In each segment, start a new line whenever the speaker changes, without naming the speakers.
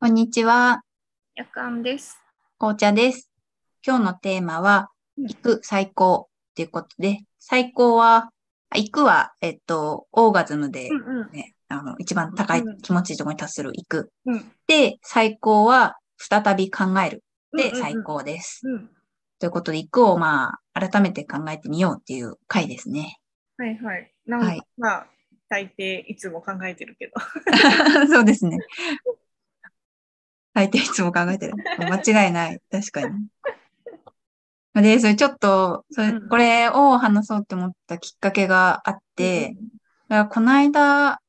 こんにちは、
夜間です。
紅茶です。今日のテーマは、行く最高っていうことで、最高は、あ行くは、えっと、オーガズムで、
うん
ね、あの、一番高い
うん
気持ちいいところに達する行く。
うん
で、最高は、再び考える。で、
うん
最高です。
うん。
ということで、行くを、まあ、改めて考えてみようっていう回ですね。
はいはい。なんか、
はい
まあ、大抵いつも考えてるけ ど。
そうですね。大抵いつも考えてる。間違いない。確かに。で、それちょっと、それ
うん
これを話そうって思ったきっかけがあって、だからこの間、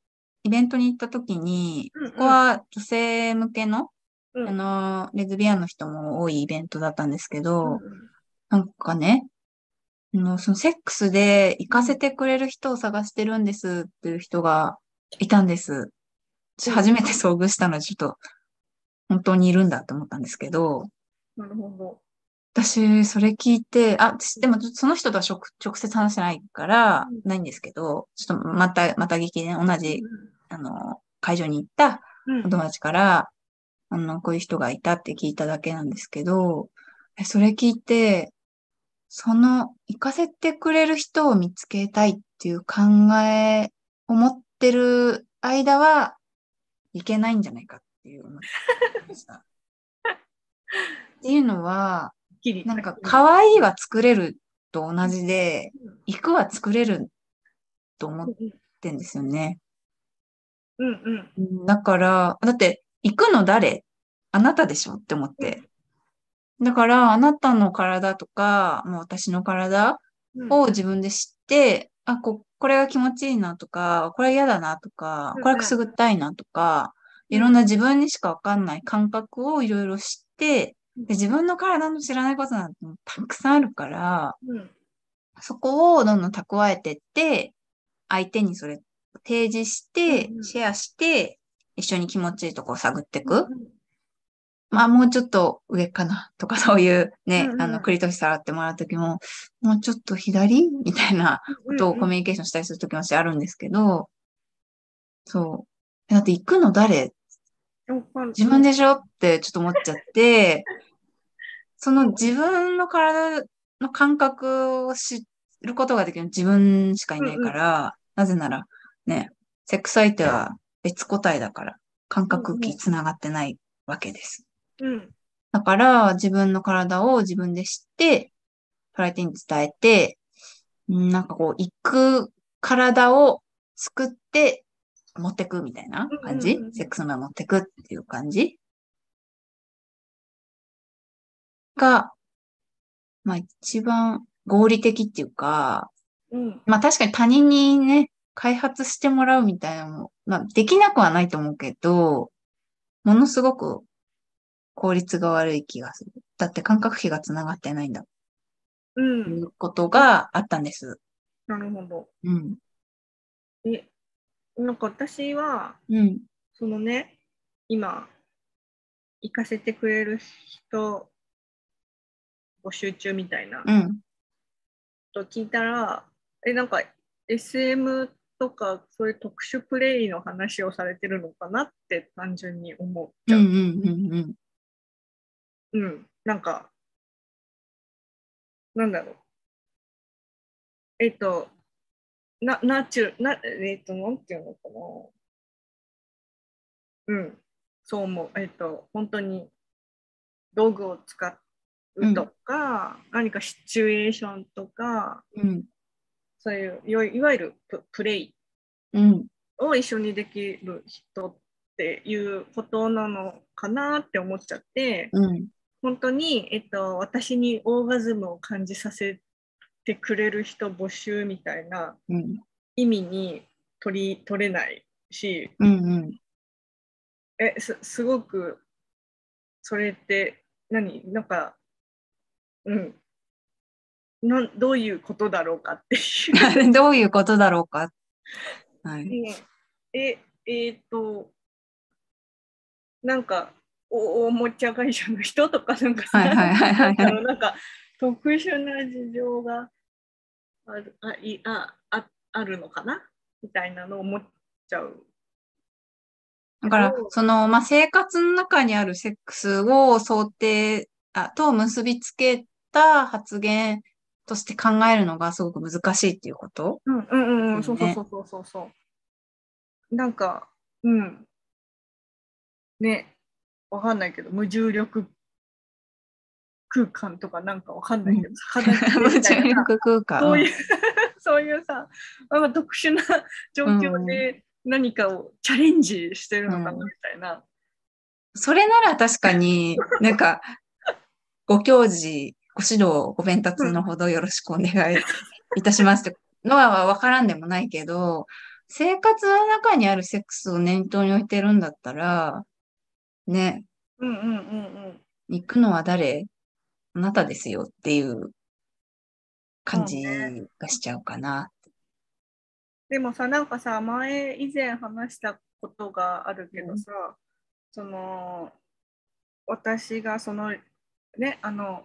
イベントに行った時に、
うんうん、
ここは女性向けの、
うん、
あの、レズビアンの人も多いイベントだったんですけど、
うんうん
なんかね、あのそのセックスで行かせてくれる人を探してるんですっていう人がいたんです。私初めて遭遇したので、ちょっと本当にいるんだと思ったんですけど、
なるほど。
私、それ聞いて、あ、私でもちょっとその人とは直直接話してないから
うん、
ないんですけど、ちょっとまた、また聞きね、同じ、あの、会場に行った
うん
お友達から、あの、こういう人がいたって聞いただけなんですけど、えそれ聞いて、その、行かせてくれる人を見つけたいっていう考えを持ってる間は、いけないんじゃないかっていう思いました。っていうのは、
きり
なんか、可愛いは作れると同じで、
うん
行くは作れると思ってんですよね。
うんうん。
うんだから、だって、行くの誰あなたでしょって思って。だから、あなたの体とか、もう私の体
うん
を自分で知って、あ、こ、これが気持ちいいなとか、これ嫌だなとか
うんう、ん
これくすぐったいなとか、
うん
いろんな自分にしかわかんない感覚をいろいろ知って、で自分の体の知らないことなんてもうたくさんあるから、
うん
そこをどんどん蓄えてって、相手にそれ提示して
うんう、ん
シェアして、一緒に気持ちいいとこを探っていく。
うん
まあもうちょっと上かなとかそういうね、
うんうん
あの、クリトフ触ってもらうときも、もうちょっと左みたいなことをコミュニケーションしたりするときも私あるんですけど、そう。だって行くの誰自分でしょってちょっと思っちゃって、その自分の体の感覚を知ることができるの自分しかいないから、なぜならね、セックス相手は別個体だから、感覚器つながってないわけです。
うん
だから自分の体を自分で知って、相手に伝えて、うんなんかこう、行く体を作って持ってくみたいな感じ、
うんうんうん
セックスの前持ってくっていう感じが、まあ一番合理的っていうか、
うん
まあ確かに他人にね、開発してもらうみたいなのも、まあできなくはないと思うけど、ものすごく効率が悪い気がする。だって感覚比がつながってないんだ。
うん
と
う
い
ん。
うことがあったんです。
なるほど。
うん。
え、なんか私は、
うん。
そのね、今、行かせてくれる人募集中みたいな
うん。
と聞いたら、え、なんか SM とかそういう特殊プレイの話をされてるのかなって単純に思っ
う
ち
んう
ゃう。
んうんうん。
うん、なんか、なんだろう。えっと、な、ナチュな、えっと、なんていうのかな。うん、そう思う。えっと、本当に道具を使うとか、何かシチュエーションとか、
うん。
そういう、いわいわゆるププレイ
うん。
を一緒にできる人っていうことなのかなって思っちゃって、
うん。
本当に、えっと、私にオーガズムを感じさせてくれる人募集みたいな
うん。
意味に取り取れないし
うん。
えすすごくそれって何なんかうんなんどういうことだろうかっていう。
うん。 どういうことだろうか。はい。
ねえ、えーっと、なんか、おおもちゃ会社の人とか、なんかさ、
はいはいはいはいはい
なんだろうなんか、特殊な事情があるあいあああるのかなみたいなのを思っちゃう
だから
う、ん
その、まあ、生活の中にあるセックスを想定、あ、と結びつけた発言として考えるのがすごく難しいっていう こと
うんうんうんうん、
そ
そうう
ね
そうそうそうそう。なんか、うん。ね、わかんないけど、無重力空間とかなんかわかんないけど、肌着
無
みた
重
いな
力空間。
そういう、 そういうさ、なんか特殊な状況で何かをチャレンジしてるのかな
うん
みたいな。
それなら確かに、なんか、ご教示、ご指導、ご鞭達のほどよろしくお願いいたしますってのはわからんでもないけど、生活の中にあるセックスを念頭に置いてるんだったら、ね、
うんうんうん
行くのは誰あなたですよっていう感じがしちゃうかな。
でもさなんかさ前以前話したことがあるけどさ、その私がそのねあの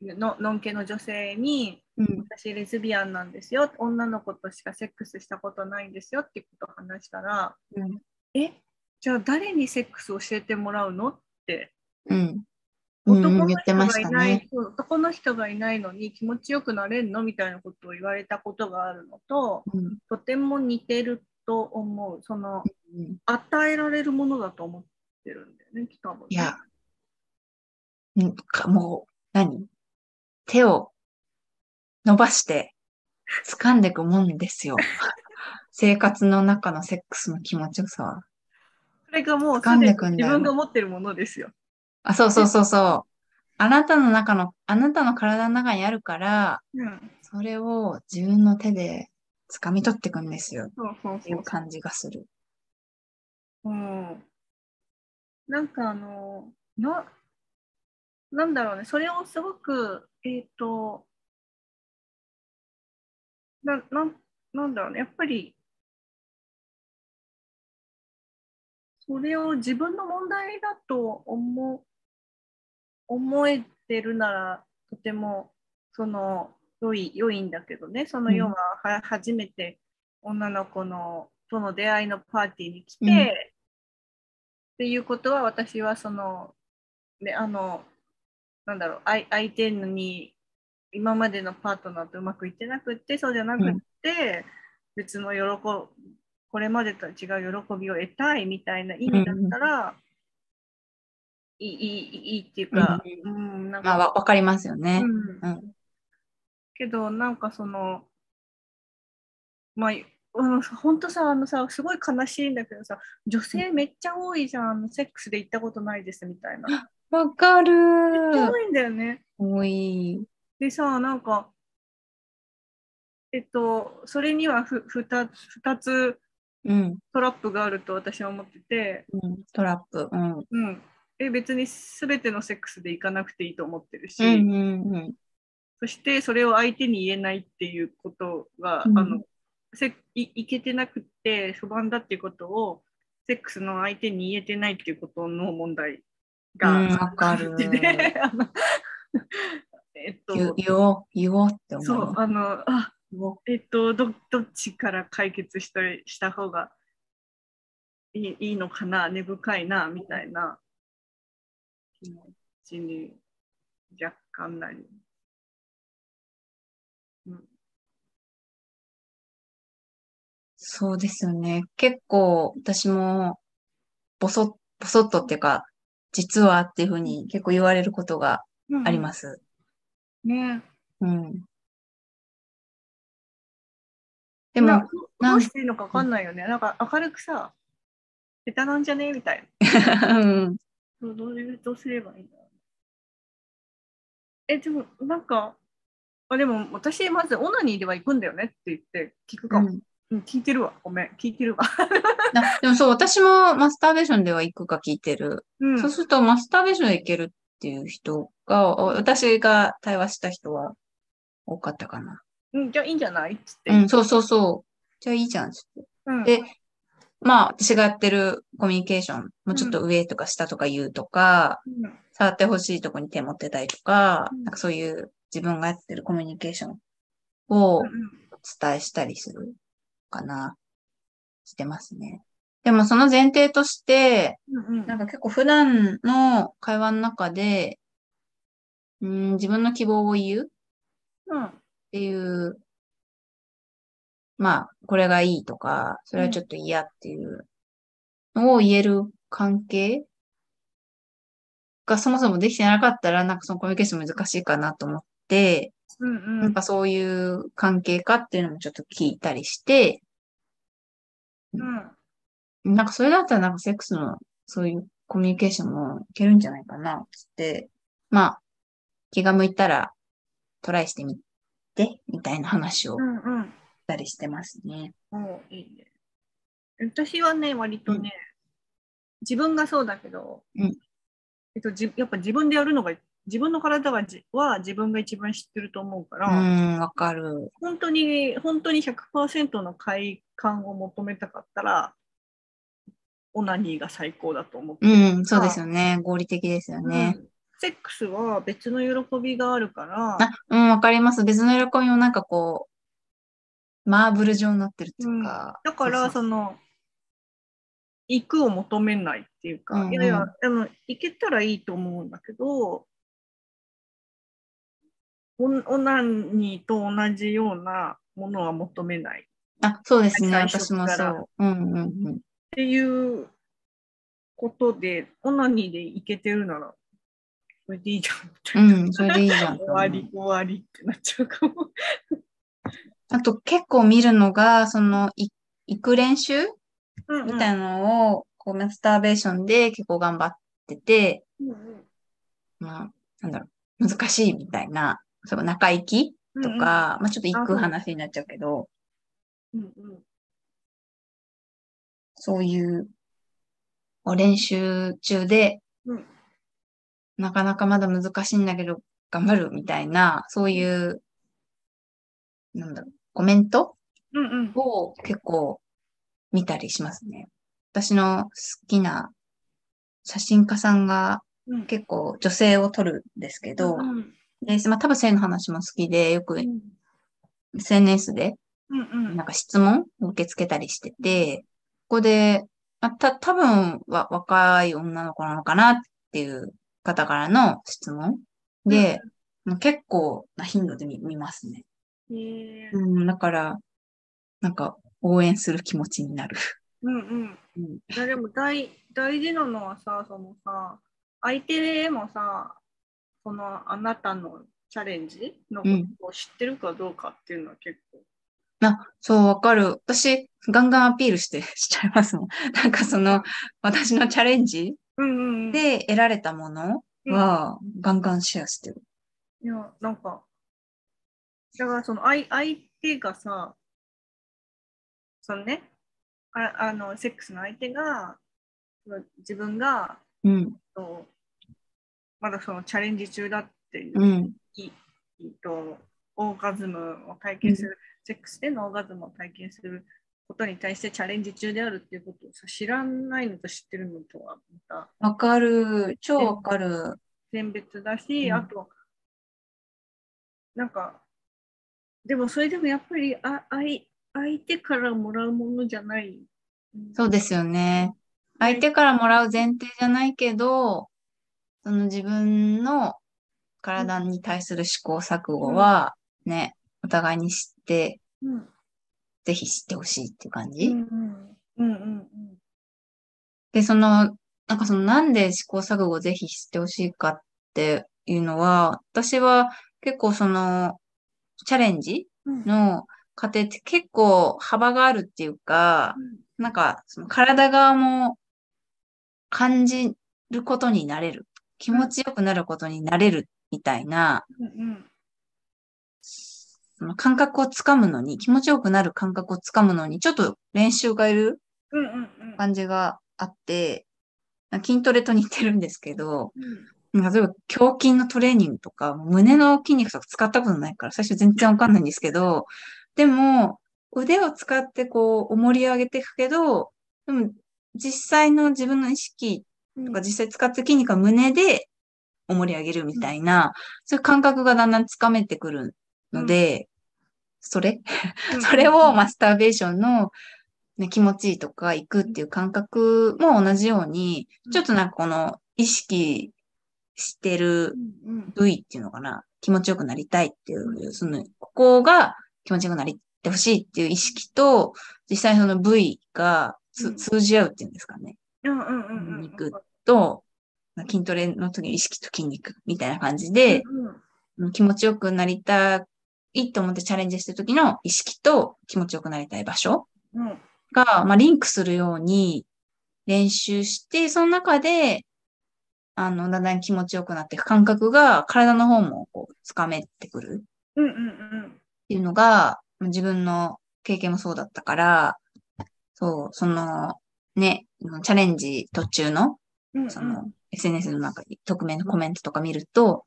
ののんけの女性に
うん。
私レズビアンなんですよ女の子としかセックスしたことないんですよってことを話したら
うん。
えじゃあ誰にセックスを教えてもらうのって
うん。
男
うん
の
言って
人
ま
が
し
い
た
ない、
ね。
そう男の人がいないのに気持ちよくなれんのみたいなことを言われたことがあるのと
うん。
とても似てると思うその
うん
与えられるものだと思ってるんだよね、多分ね。
いや、うんかもう、何手を伸ばして掴んでいくもんです よ。生活の中のセックスの気持ちよさは。
それがもう
掴ん
す
で
で
くん
に
だ
自
よ
分が持ってるものですよ。
あ、そうそうそうそう。あなたの中の、あなたの体の中にあるから、
うん、
それを自分の手で掴み取っていくんですよ。っ
そうそう
てい
そう
う感じがする。
う。ん、なんかあのな、なんだろうね、それをすごく、えっ、とななん、なんだろうね、やっぱり、それを自分の問題だと思思えてるならとてもその良い良いんだけどねその
うん
要はは初めて女の子のとの出会いのパーティーに来て、
うん
っていうことは私はそのねあのなんだろう相相手に今までのパートナーとうまくいってなくってそうじゃなくって、別の喜びこれまでとは違う喜びを得たいみたいな意味だったら、いいいいいいっていうか、うんなん
まあ、
か、
わわかりますよね。
うん
うん
けどなんかそのまああの本当さあのさすごい悲しいんだけどさ女性めっちゃ多いじゃんあのセックスで行ったことないですみたいな
わ、かる
めっちゃ多いんだよね。
多い。
でさ、なんか、えっと、それにはふふた2つ
うん。
トラップがあると私は思ってて、
うん、トラップ。うん。うん
うん、え別に全てのセックスでいかなくていいと思ってるし、
うんうん。
そしてそれを相手に言えないっていうことが、
うん
あのせいいけてなくて不安だっていうことをセックスの相手に言えてないっていうことの問題が
うんわかる
あってね あのえっ
言
と、
言おう、言おうって思う。
そう、あの、あ
言おう
えっと、どどっちから解決したりした方がいいいいのかな、根深いな、みたいな気持ちに若干なり。。
そうですよね。結構私も、ボソッ、ボソッとっていうか、実はっていうふうに結構言われることがありますす。
ね、
うん。で
で
も、
も、どうしていいのか分かんないよね。なんか明るくさ、下手なんじゃねみたい な。
うん。
どうどういうどうすればいいんだろう。え、でも、なんか、あでも私、まずオナニーでは行くんだよねって言って聞くかも。
うん
うん、聞いてるわ。ごめん、聞いてるわ。
なでもそう、私もマスターベーションでは行くか聞いてる。
うん
そうすると、マスターベーションで行けるっていう人が、私が対話した人は多かったかな。
うん、じゃあいいんじゃないっつって。
うん、そうそうそう。じゃあいいじゃん。
うん
でまあ、私がやってるコミュニケーション、もうちょっと上とか下とか言うとか、
うん
触ってほしいとこに手持ってたりとか、
うん
なんかそういう自分がやってるコミュニケーションをお
うん
伝えしたりするかな、してますね。でもその前提として、
うんうん
なんか結構普段の会話の中で、うん、自分の希望を言うっ
うん
ていう、まあ、これがいいとか、それはちょっと嫌っていうのを言える関係がそもそもできてなかったら、なんかそのコミュニケーション難しいかなと思って、
うん
なんかそういう関係かっていうのもちょっと聞いたりして、
うん
なんかそれだったらなんかセックスのそういうコミュニケーションもいけるんじゃないかなって、まあ、気が向いたらトライしてみて、みたいな話を
う
し
んうん
たりしてますね。
おーいいね。私はね、割とね、自分がそうだけど、
うん
えっと、じやっぱ自分でやるのが、自分の体がじは自分が一番知ってると思うか
う
ら、
ん、わかる。
本当に、本当に100%の快感を求めたかったら、オナニーが最高だと思って
う
る
ん、そうですよね。合理的ですよね。
うんセックスは別の喜びがあるから、
あ、うん、わかります。別の喜びもなんかこう、マーブル状になってるっていうか。
だから、
そう
その、行くを求めないっていう
うん
か
う、ん
いやいや、あの、行けたらいいと思うんだけど、オンオナニーと同じようなものは求めないっ
そうあ、そうですね。
最
私
初
も
か
そ
ら
う。うん、うん、うん。
ていうことで、オナニーで行けてるなら、それでいいじゃんみたいな。
うん、それでいいじゃんと
終
思う。
わり、終わりってなっちゃうかも。
あと結構見るのが、その、い行く練習
うんうん
みたいなのを、こう、マスターベーションで結構頑張ってて、
うんうん
まあ、なんだろう、難しいみたいな、そう中行きとか、まあちょっと行く話になっちゃうけど、
うんうん
そういう、こう練習中で、
うん
なかなかまだ難しいんだけど、頑張るみたいな、そういう、なんだろう、コメント
うんうん
を結構見たりしますね。私の好きな写真家さんが
うん
結構女性を撮るんですけど、
うん
でまあ、多分性の話も好きで、よく
うん
SNS で
うんうん
なんか質問を受け付けたりしてて、ここで、まあ、た多分は若い女の子なのかなっていう方からの質問で、もう結構な頻度で見見ますね。
へえ
うん、だから、なんか応援する気持ちになる。
うんうん
うん
いやでも大大事なのはさそのさ相手でもさそのあなたのチャレンジのことを知ってるかどうかっていうのは結構、
そう、わかる。私、ガンガンアピールしてしちゃいますもん。なんかその、私のチャレンジ
うんうんうん、
で得られたもの
うん
は、ガンガンシェアしてる。
いやなんかだからその相相手がさそのねああのセックスの相手がその自分が
うん、
とまだそのチャレンジ中だっていう
うん、
いいとオーガズムを体験する、セックスでのオーガズムを体験することに対してチャレンジ中であるっていうことをさ知らないのと知ってるのとはまた
わかる。超わかる。
選別だし、
うん
あとなんかでもそれでもやっぱりあ相相手からもらうものじゃない、
そうですよね。相手からもらう前提じゃないけど、その自分の体に対する試行錯誤は、ね、お互いに知って、
うん
ぜひ知ってほしいっていう感
う
じ。
んうんうん
で、その、なんかそのなんで試行錯誤をぜひ知ってほしいかっていうのは、私は結構そのチャレンジ
うんうん
の過程って結構幅があるっていうか、なんかその体側も感じることになれる。気持ちよくなることになれるみたいな、
うん
その感覚をつかむのに、気持ちよくなる感覚をつかむのに、ちょっと練習がいる
うんうんうん
感じがあって、なんか筋トレと似てるんですけど、
うん
なんか例えば胸筋のトレーニングとか、胸の筋肉とか使ったことないから、最初全然わかんないんですけど、でも、腕を使ってこう、重りを上げていくけど、でも、実際の自分の意識とか、実際使った筋肉は胸で重り上げるみたいな、そういう感覚がだんだんつかめてく るので、それそれをマスターベーションのね、気持ちいいとか行くっていう感覚も同じように、ちょっとなんかこの意識してる
うん
部位っていうのかな、気持ちよくなりたいっていう、その、ここが気持ちよくなりてほしいっていう意識と、実際その部位が
う
つ
ん
通じ合うっていうんですかね。
うんうんうんうんうん。
肉と、筋トレの時の意識と筋肉みたいな感じで、
うんうん
気持ちよくなりたいと思ってチャレンジしてる時の意識と気持ちよくなりたい場所
うん
が、まあ、リンクするように練習して、その中で、あの、だんだん気持ちよくなっていく感覚が、体の方もこう、つかめてくるっ
うんうん
ていうのが、まあ自分の経験もそうだったから、そう、その、ね、チャレンジ途中の
うんうん。
その、SNS の中に、匿名のコメントとか見ると、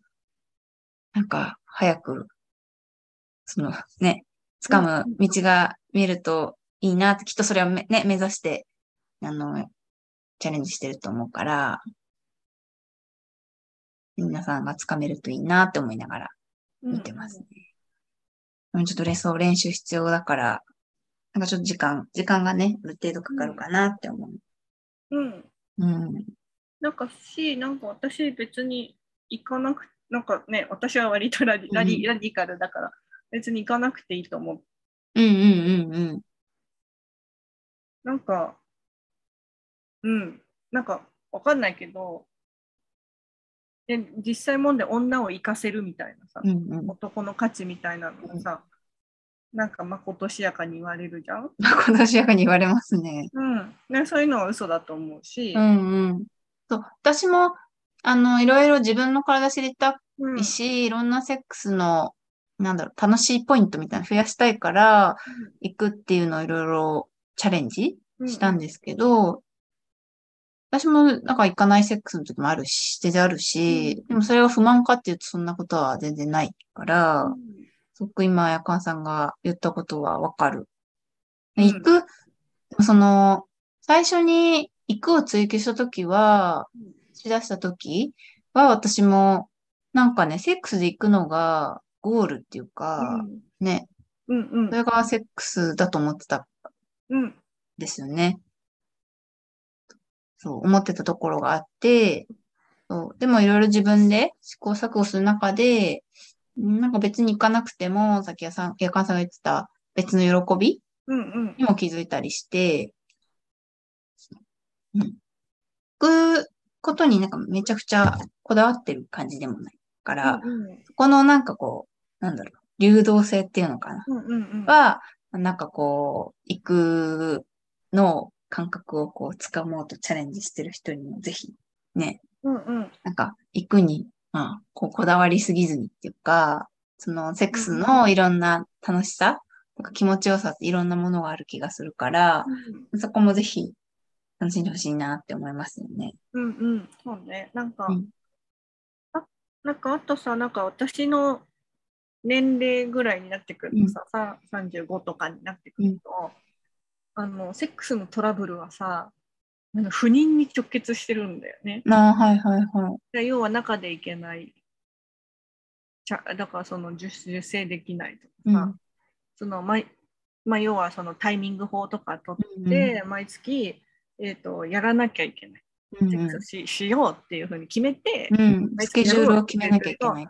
なんか、早く、その、ね、掴む道が見えるといいなって、きっとそれをめね、目指して、あの、チャレンジしてると思うから、皆さんが掴めるといいなって思いながら見てますね。うんちょっとレッスンを練習必要だから、なんかちょっと時間、時間がね、ある程度かかるかなって思
うん。うん。
う。うん。
なんかし、なんか私別に行かなく、なんかね、私は割とラディラディラディカルだから、別に行かなくていいと思う。
うんうんうんうん。
なんか、うん、なんかわかんないけど、で実際もんで女を生かせるみたいなさ、
うんうん。
男の価値みたいなのがさ、なんかまことしやかに言われるじゃん。
まあ、この主役に言われますね。
うん、ね、そういうのは嘘だと思うし、
うんうん。そう、私も、あの、いろいろ自分の体知りた
うん
いし、いろんなセックスの、なんだろう、楽しいポイントみたいなの増やしたいから、行くっていうのをいろいろチャレンジしたんですけど、私もなんか行かないセックスの時もあるし、全然あるし、でもそれが不満かっていうとそんなことは全然ないから、すごく今、やかんさんが言ったことはわかる。
うん
行く、その、最初に行くを追求したときは
うん、
しだしたときは私も、なんかね、セックスで行くのがゴールっていうか、ね、
うんうん
それがセックスだと思ってたん
うんうん
ですよね。そう、思ってたところがあって、そうでもいろいろ自分で試行錯誤する中で、んなんか別に行かなくても、さっきやさん、やかんさんが言ってた別の喜び
うんうん
にも気づいたりして、うん。行くことになんかめちゃくちゃこだわってる感じでもないから、そこのなんかこう、なんだろう、流動性っていうのかな。
うんうんうん
は、なんかこう、行くの感覚をこう、掴もうとチャレンジしてる人にもぜひ、
うんうん
なんか、行くに、まあ、こう、こだわりすぎずにっていうか、その、セックスのいろんな楽しさとか気持ちよさっていろんなものがある気がするから、そこもぜひ、楽しんでほしいなって思いますよね。
うんうんそうねなんか、
うん
あなんかあとさなんか私の年齢ぐらいになってくるとさ、さ35とかになってくると、あのセックスのトラブルはさなんか不妊に直結してるんだよね。
ああ、はいはいはい。
で要は中でいけないちゃだからその受受精できないとかさ、
うん
そのままあ、要はそのタイミング法とか取
うん
って、毎月、えー、とやらなきゃいけない、
うん
セックスししようっていうふうに決めて、
うん。スケジュールを決めなきゃいけない。うん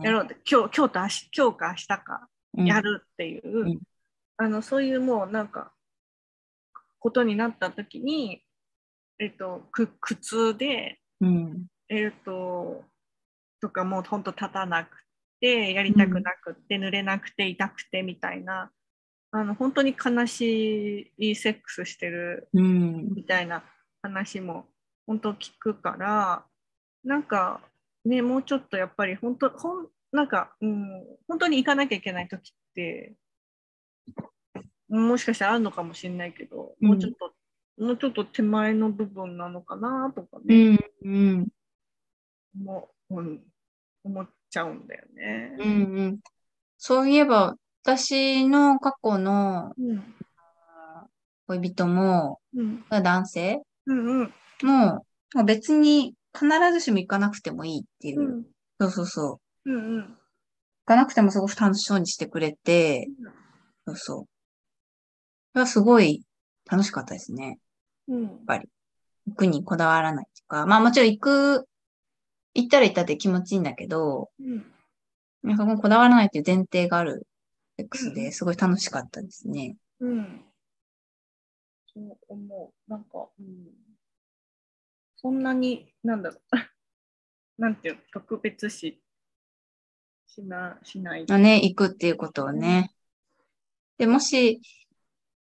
やろうって今日今日と明日今日か明日か
うん
やるっていう、
ん
あのそういうもうなんかことになった時に、えっとく苦痛で、
うん。
えっととかもうほんと立たなくてやりたくなくて、濡れなくて痛くてみたいなあの本当に悲しいセックスしてる
うん。
みたいな話も本当聞くからなんかねもうちょっとやっぱり本当ほんなんか、うん、本当に行かなきゃいけない時ってもしかしたらあるのかもしれないけど、
うん
もうちょっともうちょっと手前の部分なのかなとか
う
ね、
ん。うん。
もううん、思っちゃうんだよね。
うんうん。そういえば、私の過去の
うん
恋人も、
うん
男性
うんうん
も、まあ別に必ずしも行かなくてもいいっていうう。
ん
そうそうそう。行
うんうん
かなくてもすごく楽しそうにしてくれて、そうそう。それはすごい楽しかったですね。
うん
ぱ行くにこだわらないとか、まあもちろん行く、行ったら行ったって気持ちいいんだけど、
うん
まあそこにこだわらないっていう前提があるセックス
うんう
で
ん
すごい楽しかったですね。
うんそう思う。なんか、うん、そんなに、なんだろう。なんていうの特別視しな、しない。
まあね、行くっていうことをね。で、もし、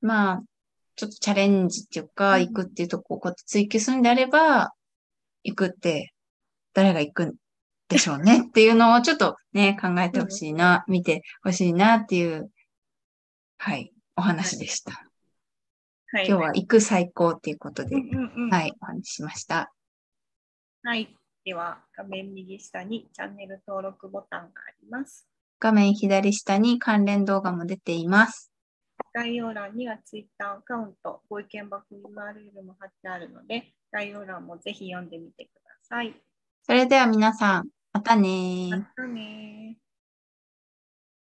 まあ、ちょっとチャレンジっていうか、
うん
行くっていうとこをこうやって追求するんであれば、行くって誰が行くんでしょう ねっていうのをちょっとね、考えてほしいな、見てほしいなっていう、はい、お話でした。
はい。
今日は行く最高っていうことで
う、んうんうん。
はい、お話ししました。
はい。では、画面右下にチャンネル登録ボタンがあります。
画面左下に関連動画も出ています。
概要欄には Twitter アカウント、ご意見箱 URL も貼ってあるので、概要欄もぜひ読んでみてください。
それでは皆さん、またねー
またねー